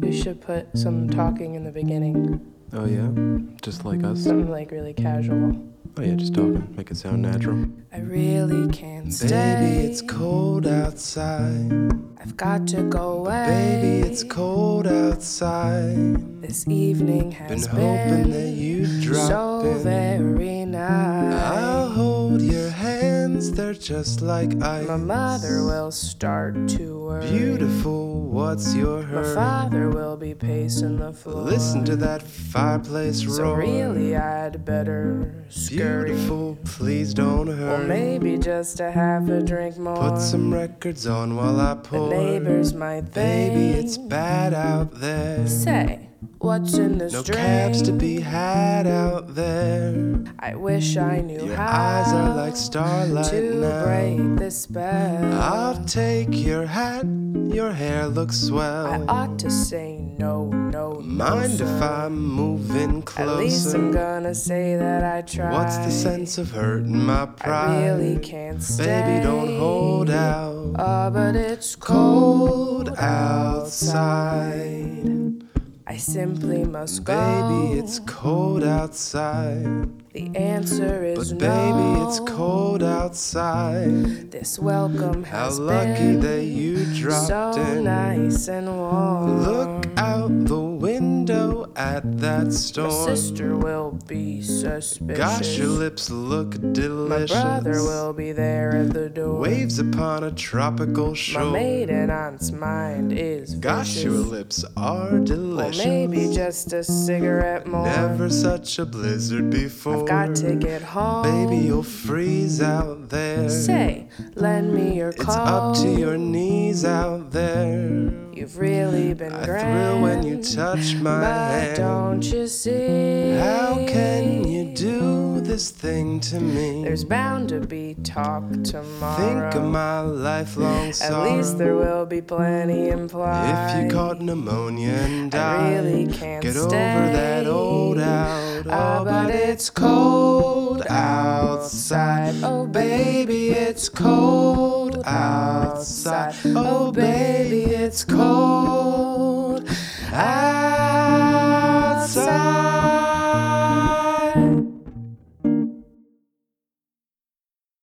We should put some talking in the beginning, Oh yeah, just like us. something like really casual. Oh yeah, just talking, make it sound natural. I really can't stay. Baby, it's cold outside. I've got to go away. Baby, it's cold outside. This evening Been has hoping that you'd drop so in. Oh. very I'll nice. hold your hands, they're just like ice. My mother will start to worry. Beautiful, what's your My hurry? father will be pacing the floor. Listen to that fireplace So roar. really, I'd better scurry. Beautiful, please don't Or hurry. maybe just a half a drink more. Put some records on while I the pour. neighbors might think. Baby, it's bad out there. Say, what's in this No drink? cabs to be had out there. I wish I knew Your how. eyes are like starlight to now. break this spell. I'll take your hat, your hair looks I swell. ought to say no, no, Oh. Mind no, if sir. I'm moving At least I'm closer? gonna say that I tried. What's the sense of hurting my I pride? really can't stay. Baby, don't hold out. Oh, but it's cold Cold outside. I simply must go. Baby, it's cold outside. The answer is But no. baby, it's cold outside. This welcome How has lucky been that you dropped so in. nice and warm. Look out the window at that My storm. sister will be suspicious. Gosh, your lips look My delicious. brother will be there at the door. Waves upon a tropical My shore. maiden aunt's mind is Gosh, your vicious. lips are Or delicious. maybe just a cigarette more. Never such a blizzard before. I've got to get home. Baby, you'll freeze out there. Say, lend me your it's coat. up to your knees out there. You've really been I grand. thrill when you touch my but hand. don't you see? How can you do this thing to me? There's bound to be talk tomorrow. Think of my lifelong At sorrow. least there will be plenty implied. if you caught pneumonia and I died, really can't get over stay. that old out. Ah, but Oh, but it's it's cold outside. Oh, Oh, baby, baby, Oh, it's cold outside. Oh, baby, it's cold